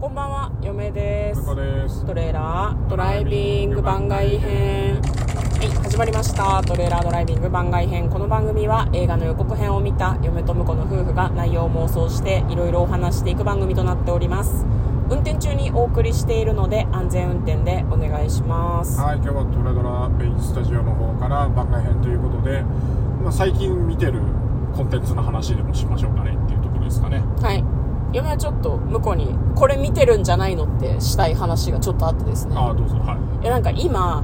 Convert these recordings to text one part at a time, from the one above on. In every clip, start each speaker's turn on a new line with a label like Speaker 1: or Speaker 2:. Speaker 1: こんばんは、嫁です。
Speaker 2: 中です。
Speaker 1: トレーラードライビング番外編。はい、始まりました。トレーラードライビング番外編。この番組は映画の予告編を見た嫁と婿の夫婦が内容を妄想していろいろお話していく番組となっております。運転中にお送りしているので安全運転でお願いします。
Speaker 2: はい、今日はトレドラベイスタジオの方から番外編ということで、まあ、最近見てるコンテンツの話でもしましょうかねっていうところですかね。
Speaker 1: はい。嫁はちょっと向こうにこれ見てるんじゃないのってしたい話がちょっとあってですね。
Speaker 2: ああ、どうぞ。はい。
Speaker 1: いやなんか今、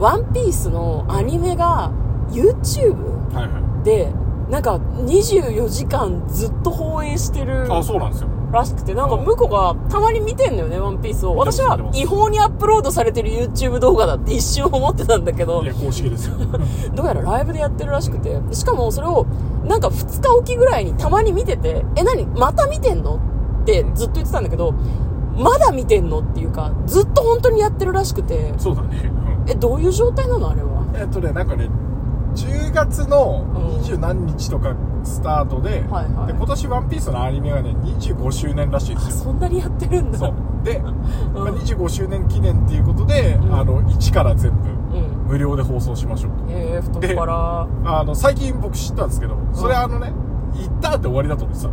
Speaker 2: う
Speaker 1: ワンピースのアニメが YouTube
Speaker 2: ん、はいは
Speaker 1: でなんか24時間ずっと放映してる
Speaker 2: い。あそうなんですよ。
Speaker 1: らしくてなんか向こうがたまに見てんのよねワンピースを
Speaker 2: 見てま
Speaker 1: 私
Speaker 2: す
Speaker 1: は
Speaker 2: 見てます
Speaker 1: 違法にアップロードされてる YouTube 動画だって一瞬思ってたんだけど
Speaker 2: いや、公式ですよ。
Speaker 1: どうやらライブでやってるらしくてしかもそれをなんか2日おきぐらいにたまに見てて「え何また見てんの?」ってずっと言ってたんだけどまだ見てんのっていうかずっと本当にやってるらしくて
Speaker 2: そうだね。うん
Speaker 1: えどういう状態なのあれは
Speaker 2: えっとね、なんかね、10月の
Speaker 1: うん
Speaker 2: 二十何日とかスタートで、
Speaker 1: はいはい
Speaker 2: で今年ワンピースのアニメがね、25周年らしいで
Speaker 1: あ
Speaker 2: すよ。
Speaker 1: そんなにやってるんだ
Speaker 2: そう。で、ま
Speaker 1: う
Speaker 2: あ
Speaker 1: ん
Speaker 2: 25周年記念っていうことで、
Speaker 1: ん
Speaker 2: あの、1から全部
Speaker 1: うん
Speaker 2: 無料で放送しましょうと。
Speaker 1: えー、太っ腹
Speaker 2: あの、最近僕知ったんですけど、それあのね、一旦で終わりだと思って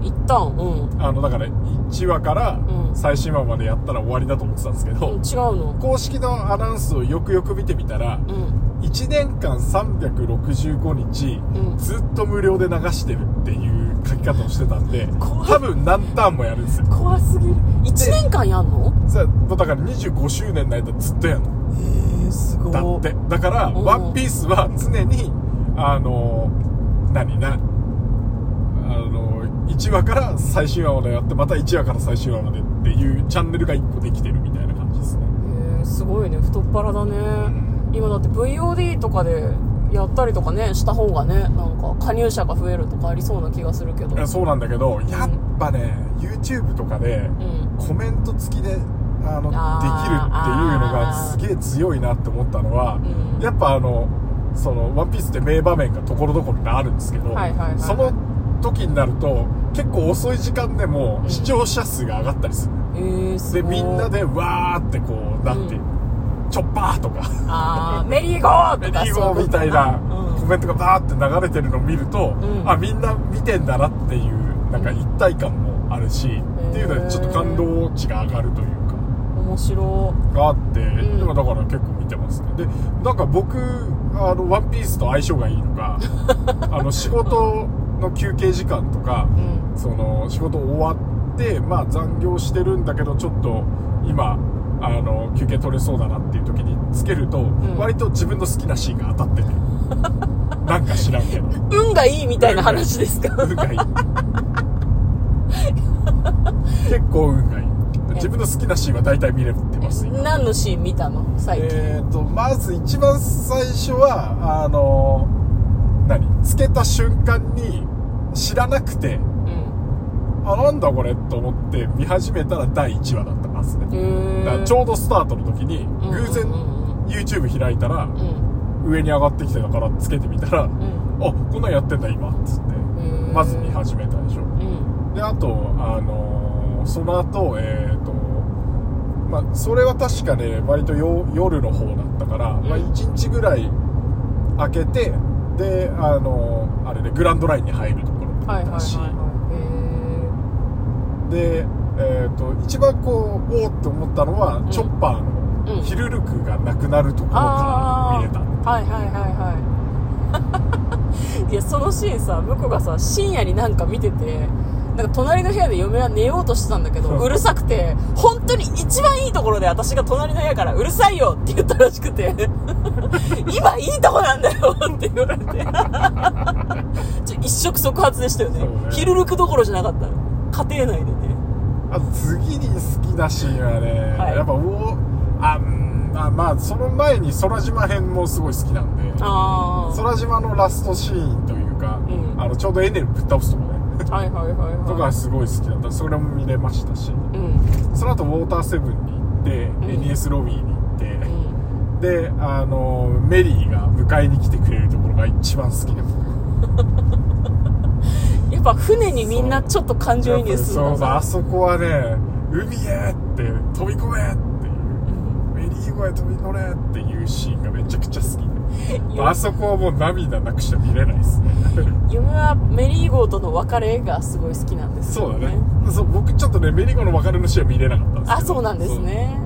Speaker 1: 一旦うん
Speaker 2: た。あの、だから、1話から
Speaker 1: うん
Speaker 2: 最新話までやったら終わりだと思ってたんですけ
Speaker 1: うん違
Speaker 2: ど
Speaker 1: う、の
Speaker 2: 公式のアナウンスをよくよく見てみたら、
Speaker 1: うん
Speaker 2: 1年間365日、
Speaker 1: うん
Speaker 2: ずっと無料で流してるっていう書き方をしてたんで、
Speaker 1: 怖い
Speaker 2: 多分何ターンもやるんですよ。
Speaker 1: 怖すぎる1年間やんの
Speaker 2: さだから25周年の間ずっとやるの。
Speaker 1: えー、すご
Speaker 2: だってだから「
Speaker 1: お
Speaker 2: ワンピースは常にあの何なあの1話から最新話までやってまた1話から最新話までっていうチャンネルが1個できてるみたいな感じですね
Speaker 1: えー、すごいね太っ腹だね今だって VOD とかでやったりとかねした方がねなんか加入者が増えるとかありそうな気がするけど
Speaker 2: いやそうなんだけどやっぱね YouTube とかで
Speaker 1: うん
Speaker 2: コメント付きであの
Speaker 1: あー
Speaker 2: できるっていうのがすげえ強いなって思ったのは
Speaker 1: うん
Speaker 2: やっぱあのその「ワンピースって名場面がところどころにあるんですけど、
Speaker 1: はいはいはいはい
Speaker 2: その時になると結構遅い時間でも
Speaker 1: うん
Speaker 2: 視聴者数が上がったりする、
Speaker 1: えー、す
Speaker 2: で
Speaker 1: ごい
Speaker 2: みんなでわーってこうなんていう、チョッパーとか
Speaker 1: あーメリーゴー
Speaker 2: メ
Speaker 1: と
Speaker 2: リ
Speaker 1: か
Speaker 2: ーゴーみたいなコメントがバーって流れてるのを見ると、
Speaker 1: うん
Speaker 2: あみんな見てんだなっていうなんか一体感もあるし、っていうのでちょっと感動値が上がるというか。
Speaker 1: うん面白
Speaker 2: があって、
Speaker 1: ん
Speaker 2: 今だから結構見てますねでなんか僕あのワンピースと相性がいい のかあの仕事の休憩時間とか
Speaker 1: いうん
Speaker 2: その仕事終わってまあ残業してるんだけどちょっと今あの休憩取れそうだなっていう時につけると、
Speaker 1: ん
Speaker 2: 割と自分の好きなシーンが当たっ ててなんか知らんけど
Speaker 1: 運がいいみたいな話です か
Speaker 2: 運がいい結構運がいい自分の好きなシーンは大体見れてます今
Speaker 1: 何のシーン見たの最近、
Speaker 2: えー、とまず一番最初はあの何つけた瞬間に知らなくて
Speaker 1: うん
Speaker 2: あなんだこれと思って見始めたら第1話だったはずね、
Speaker 1: えー
Speaker 2: だからちょうどスタートの時に
Speaker 1: うん
Speaker 2: 偶然
Speaker 1: うん
Speaker 2: YouTube 開いたら上に上がってきてたからつけてみたら、あこんなんやってんだ今っつって
Speaker 1: ん
Speaker 2: まず見始めたでしょ
Speaker 1: うんうん
Speaker 2: であとあのーその後えっ、とまあそれは確かね割とよ夜の方だったから、
Speaker 1: ん
Speaker 2: まあ、1日ぐらい空けてであのーあれねグランドラインに入るところだ
Speaker 1: はい
Speaker 2: っ
Speaker 1: はいはい
Speaker 2: たし、
Speaker 1: は
Speaker 2: でえっ、と一番こうおおって思ったのは、
Speaker 1: ん
Speaker 2: チョッパー
Speaker 1: うん
Speaker 2: のヒルルクがなくなるところ
Speaker 1: いああ
Speaker 2: から見れた、
Speaker 1: はいはいはい はいいやそのシーンさ向こうがさ深夜になんか見ててなんか隣の部屋で嫁は寝ようとしてたんだけど
Speaker 2: うん
Speaker 1: うるさくて本当に一番いいところで私が隣の部屋から「うるさいよ」って言ったらしく て「今いいとこなんだよ」って言われてちょ一触即発でしたよね
Speaker 2: そうね
Speaker 1: 昼ルクどころじゃなかった家庭内でね
Speaker 2: あと次に好きなシーンはね、
Speaker 1: はい
Speaker 2: やっぱおあうんまあまあその前に空島編もすごい好きなんで
Speaker 1: ああ
Speaker 2: 空島のラストシーンというか、
Speaker 1: うん
Speaker 2: あのちょうどエネルぶっ倒すとこね、
Speaker 1: はいはいはいはい
Speaker 2: とかすごい好きだったそれも見れましたし
Speaker 1: うん
Speaker 2: その後ウォーターセブンに行って、
Speaker 1: ん
Speaker 2: NES ロビーに行って、
Speaker 1: うん
Speaker 2: であのメリーが迎えに来てくれるところが一番好きで僕
Speaker 1: やっぱ船にみんなちょっと感情移入する
Speaker 2: そ
Speaker 1: の
Speaker 2: うそうあ
Speaker 1: が
Speaker 2: そこはね海へって飛び込めっていうメリーゴへ飛び乗れっていうシーンがめちゃくちゃ好きで
Speaker 1: よ
Speaker 2: あそこはもう涙なくして見れないですね
Speaker 1: 夢はメリーゴーとの別れがすごい好きなんです
Speaker 2: そ
Speaker 1: よ
Speaker 2: うだねそう僕ちょっとねメリーゴの別れのシーンは見れなかったんですけど
Speaker 1: あそうなんですね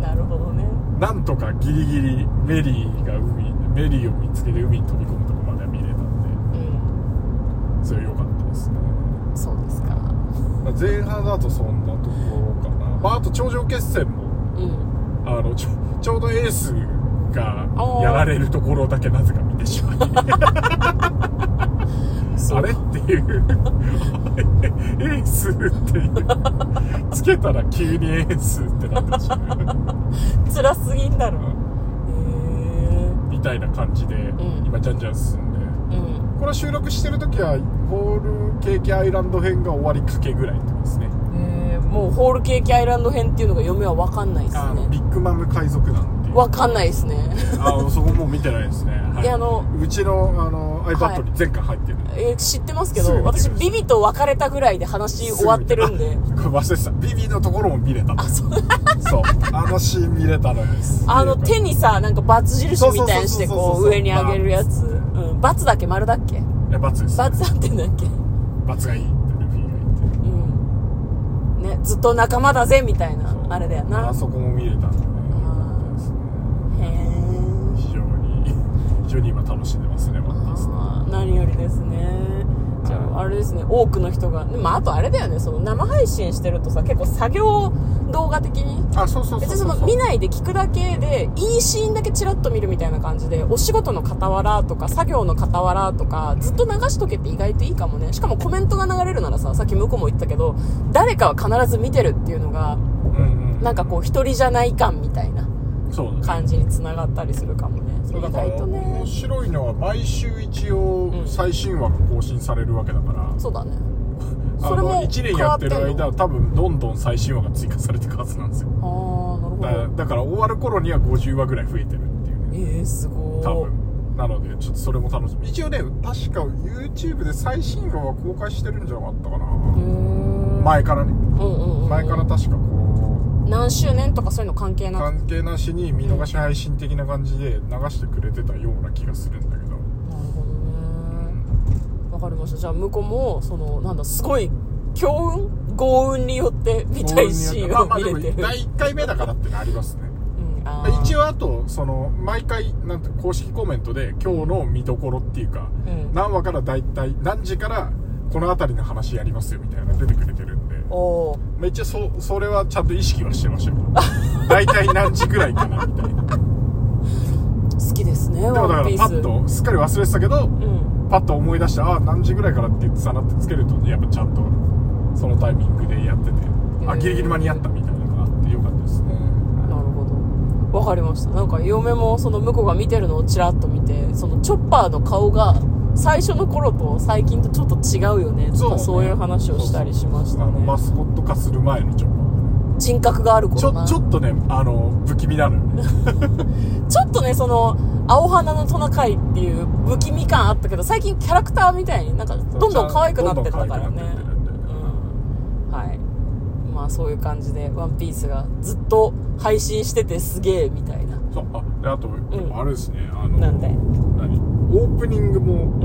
Speaker 1: なるほどね
Speaker 2: そうなんとかギリギリメリーが海メリーを見つけて海に飛び込むとこまでは見れたん
Speaker 1: うん
Speaker 2: でそれ良かったですね
Speaker 1: そうですか
Speaker 2: まあ前半だとそんなところかな、まあ、あと頂上決戦も
Speaker 1: うん
Speaker 2: あのちょちょうどエースが
Speaker 1: おー
Speaker 2: やられるところだけなぜか見てしまい
Speaker 1: そう
Speaker 2: あれっていう エースっていうつけたら急にエースってなってしまう
Speaker 1: 辛すぎんだろへ
Speaker 2: みたいな感じで、
Speaker 1: ん
Speaker 2: 今じゃんじゃん進んで
Speaker 1: えうん
Speaker 2: これ収録してる時はホールケーキアイランド編が終わりかけぐらいってことですね
Speaker 1: えーもうホールケーキアイランド編っていうのが嫁は分かんないです
Speaker 2: あのビ
Speaker 1: ね
Speaker 2: ッグマム海賊団っていう
Speaker 1: 分かんないですね
Speaker 2: あそこもう見てないですね、はい
Speaker 1: やあの
Speaker 2: うちのあの
Speaker 1: はい
Speaker 2: iPad に全巻入ってるんで、
Speaker 1: えー知ってますけ
Speaker 2: す
Speaker 1: ど
Speaker 2: ぐ見て
Speaker 1: 私
Speaker 2: ください
Speaker 1: ビビと別れたぐらいで話終わってるんで
Speaker 2: あこれ忘れてたビビのところも見れた
Speaker 1: あそう
Speaker 2: そうあのシーン見れたのです
Speaker 1: あの手にさなんかバツ印みたいにして
Speaker 2: そうそうそう
Speaker 1: こ
Speaker 2: そうそう
Speaker 1: う上に上げるやつ、
Speaker 2: バーンって
Speaker 1: うん、バツだっけ丸だっけ
Speaker 2: え罰です
Speaker 1: バツだってんだっけう
Speaker 2: 罰がいいってルフィが言って
Speaker 1: んねずっと仲間だぜみたいな
Speaker 2: そう
Speaker 1: あれだよな
Speaker 2: あそこも見れたんでねよかったですね
Speaker 1: へえ
Speaker 2: 非常に非常に今楽しんでますねワンピースね
Speaker 1: あー何よりですねじゃああれですね多くの人がでもあとあれだよねその生配信してるとさ結構作業動画的に
Speaker 2: あそうそうそう
Speaker 1: 別に
Speaker 2: そ
Speaker 1: そうの見ないで聞くだけでいいシーンだけチラッと見るみたいな感じでお仕事の傍らとか作業の傍らとかずっと流しとけって意外といいかもねしかもコメントが流れるならささっき向こうも言ったけど誰かは必ず見てるっていうのが
Speaker 2: うんうん
Speaker 1: なんかこう一人じゃない感みたいな
Speaker 2: そうだね
Speaker 1: 感じにつながったりするかもねそ
Speaker 2: そう
Speaker 1: れ
Speaker 2: だ
Speaker 1: 意
Speaker 2: から
Speaker 1: 外とね
Speaker 2: 面白いのは毎週一応
Speaker 1: うん
Speaker 2: 最新話が更新されるわけだから、
Speaker 1: そうだね
Speaker 2: あ
Speaker 1: それも
Speaker 2: の1年やってる
Speaker 1: 変わってんの
Speaker 2: 間は多分どんどん最新話が追加されていくはずなんですよ
Speaker 1: ああなるほ
Speaker 2: だ
Speaker 1: ど
Speaker 2: だから終わる頃には50話ぐらい増えてるっていうね
Speaker 1: えー、すごい
Speaker 2: 多分なのでちょっとそれも楽しみ一応ね確か YouTube で最新話は公開してるんじゃなかったかな、
Speaker 1: うーん
Speaker 2: 前からね
Speaker 1: うんうん、うん、
Speaker 2: 前から確かこう
Speaker 1: 何周年とかそういうの関係なく
Speaker 2: 関係なしに見逃し配信的な感じで流してくれてたような気がするんだけど
Speaker 1: なるほどねわかりましたじゃあ向こうもそのなんだすごい強運豪運によって見たいシーン
Speaker 2: まあま
Speaker 1: を
Speaker 2: あ
Speaker 1: 見
Speaker 2: で
Speaker 1: れ
Speaker 2: も
Speaker 1: て
Speaker 2: 第
Speaker 1: る、
Speaker 2: 1回目だからってのありますね
Speaker 1: うんあー
Speaker 2: 一応あとその毎回なんて公式コメントで今日の見どころっていうか、
Speaker 1: うん
Speaker 2: 何話から大体何時からこの辺りの話やりますよみたいなの出てくれてるんで
Speaker 1: おー
Speaker 2: めっちゃそそれはちゃんと意識はしてましたよ 大体何時ぐらいかなみたいなで
Speaker 1: 好きですね
Speaker 2: もだ
Speaker 1: ワ
Speaker 2: か
Speaker 1: ン
Speaker 2: ら
Speaker 1: ピ
Speaker 2: パ
Speaker 1: ース
Speaker 2: ッとすっかり忘れてたけど
Speaker 1: うん
Speaker 2: パッと思い出してああ何時ぐらいからって言ってたなってつけるとやっぱちゃんとそのタイミングでやっててあギリギリ間に合ったみたいなのがあってよかったですね
Speaker 1: なるほどわかりましたなんか嫁もその向こうが見てるのをちらっと見てそのチョッパーの顔が最初の頃と最近とちょっと違うよねとかそういう話をしたりしました
Speaker 2: そうそうそうあの
Speaker 1: ね
Speaker 2: マスコット化する前のちょ
Speaker 1: 人格がある
Speaker 2: ち
Speaker 1: 頃
Speaker 2: ょ
Speaker 1: な
Speaker 2: ちょっとねあの不気味なのよね
Speaker 1: ちょっとね、その、青花のトナカイっていう不気味感あったけど、最近キャラクターみたいになんか、どんどん可愛くなってったからね。
Speaker 2: どんどん可愛くなってってるんだよね
Speaker 1: うんはい。まあそういう感じで、ワンピースがずっと配信しててすげえみたいな。
Speaker 2: そうあであと、
Speaker 1: ん
Speaker 2: あれですねあの
Speaker 1: なんで
Speaker 2: 何オープニングも
Speaker 1: うん。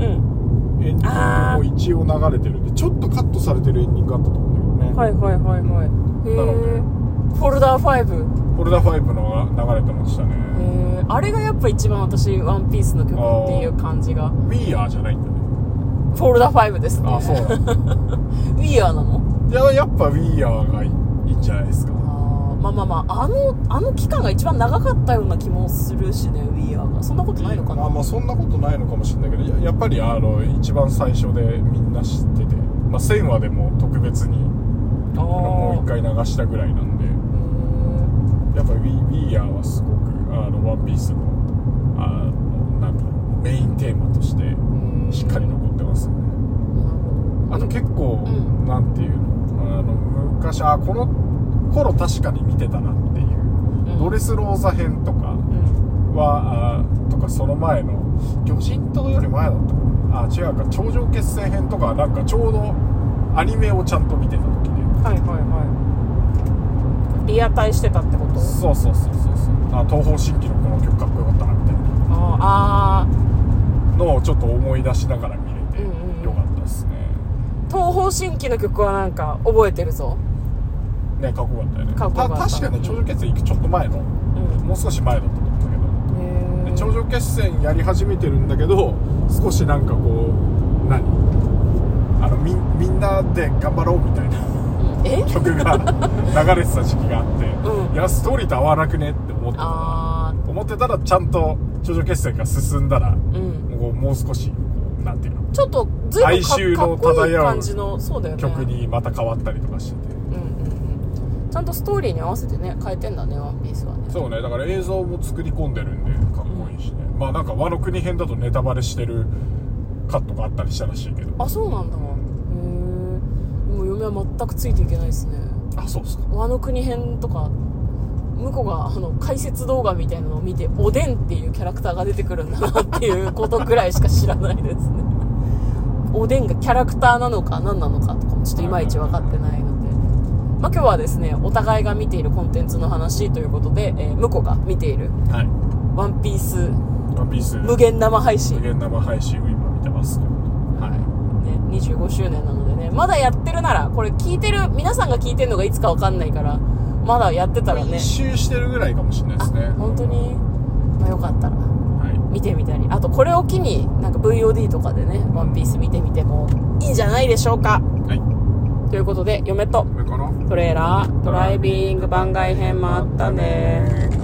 Speaker 2: エンディングも一応流れてるんでちょっとカットされてるエンディングがあったと思うんだけどね、
Speaker 1: はいはいはいはい。へ
Speaker 2: なので
Speaker 1: え。フォルダー5。
Speaker 2: フォルダ5のが流れてましたね
Speaker 1: へえ。あれがやっぱ一番私、ワンピースの曲っていう感じが。
Speaker 2: 「We Are」じゃないんだね
Speaker 1: フォルダー5ですね。
Speaker 2: あそうなんだ
Speaker 1: ウィアーなの
Speaker 2: いややっぱ「We Are」がいいいいんじゃないですか
Speaker 1: あーまあまあまああのあの期間が一番長かったような気もするしね We Are がそんなことないのかな
Speaker 2: まあまあそんなことないのかもしれないけどややっぱりあの一番最初でみんな知ってて、まあ、1000話でも特別に
Speaker 1: あー
Speaker 2: もう一回流したぐらいなんでやっぱり We「We Are」はすごくあの「ワンピースのあのなんだろうメインテーマとして
Speaker 1: うーん
Speaker 2: しっかり残ってますねあと結構、
Speaker 1: うん
Speaker 2: なんていうのあの昔あこの頃確かに見てたなっていう、
Speaker 1: うん
Speaker 2: ドレスローザ編とか
Speaker 1: うん
Speaker 2: はあとかその前の魚人島より前だったかなあ違うか頂上決戦編とかはなんかちょうどアニメをちゃんと見てた時で
Speaker 1: はいはいはリアタイしてたってこと
Speaker 2: そうそうそうそうそうあ東方神起のこの曲かっこよかったなみたいな
Speaker 1: ああ
Speaker 2: のをちょっと思い出しながら見れて
Speaker 1: うんうんうん
Speaker 2: よかったですね、
Speaker 1: 東方神起の曲はなんか覚えてるぞ
Speaker 2: ねかっこよかったよね
Speaker 1: かっこよかった
Speaker 2: 確かね頂上決戦行くちょっと前のも
Speaker 1: うん
Speaker 2: う少し前だと思うんだけど
Speaker 1: へ
Speaker 2: で
Speaker 1: ー
Speaker 2: 頂上決戦やり始めてるんだけど少しなんかこう何あのみみんなで頑張ろうみたいな
Speaker 1: え
Speaker 2: 曲が流れてた時期があって、
Speaker 1: うん
Speaker 2: いやストーリーと合わなくねって思ってた
Speaker 1: あ
Speaker 2: 思ってたらちゃんと頂上決戦が進んだら
Speaker 1: あうん
Speaker 2: もうもう少しなんていうの
Speaker 1: ちょっとずいぶんか
Speaker 2: 哀愁
Speaker 1: か
Speaker 2: の
Speaker 1: っこいい
Speaker 2: 漂う
Speaker 1: 感じのそうだよね
Speaker 2: 曲にまた変わったりとかしてて
Speaker 1: うんうんうんちゃんとストーリーに合わせてね変えてんだねワンピースはね
Speaker 2: そうねだから映像も作り込んでるんでかっこいいしね、まあなんか和の国編だとネタバレしてるカットがあったりしたらしいけど
Speaker 1: あそうなんだへえでも嫁は全くついていけないですね
Speaker 2: あそうっすか
Speaker 1: 和の国編とか向こうがあの解説動画みたいなのを見ておでんっていうキャラクターが出てくるんだなっていうことくらいしか知らないですね おでんがキャラクターなのか何なのかとかもちょっといまいち分かってないので、まあ、今日はですねお互いが見ているコンテンツの話ということで、えー向こうが見ている
Speaker 2: はい
Speaker 1: 「ワンピース
Speaker 2: 「ワンピース
Speaker 1: 無限生配信
Speaker 2: 無限生配信を今見てますけどは
Speaker 1: ね、25周年なのでねまだやってるならこれ聞いてる皆さんが聞いてるのがいつか分かんないからまだやってたら
Speaker 2: い、
Speaker 1: ね
Speaker 2: 一周してるぐらいかもしれないですね
Speaker 1: 本当に、まあ、よかったら
Speaker 2: は
Speaker 1: 見てみたりあとこれを機になんか VOD とかでね「ワンピース見てみてもいいんじゃないでしょうか
Speaker 2: いはい
Speaker 1: ということで嫁と
Speaker 2: これかな
Speaker 1: トレーラードライビング番外編もあったね
Speaker 2: ね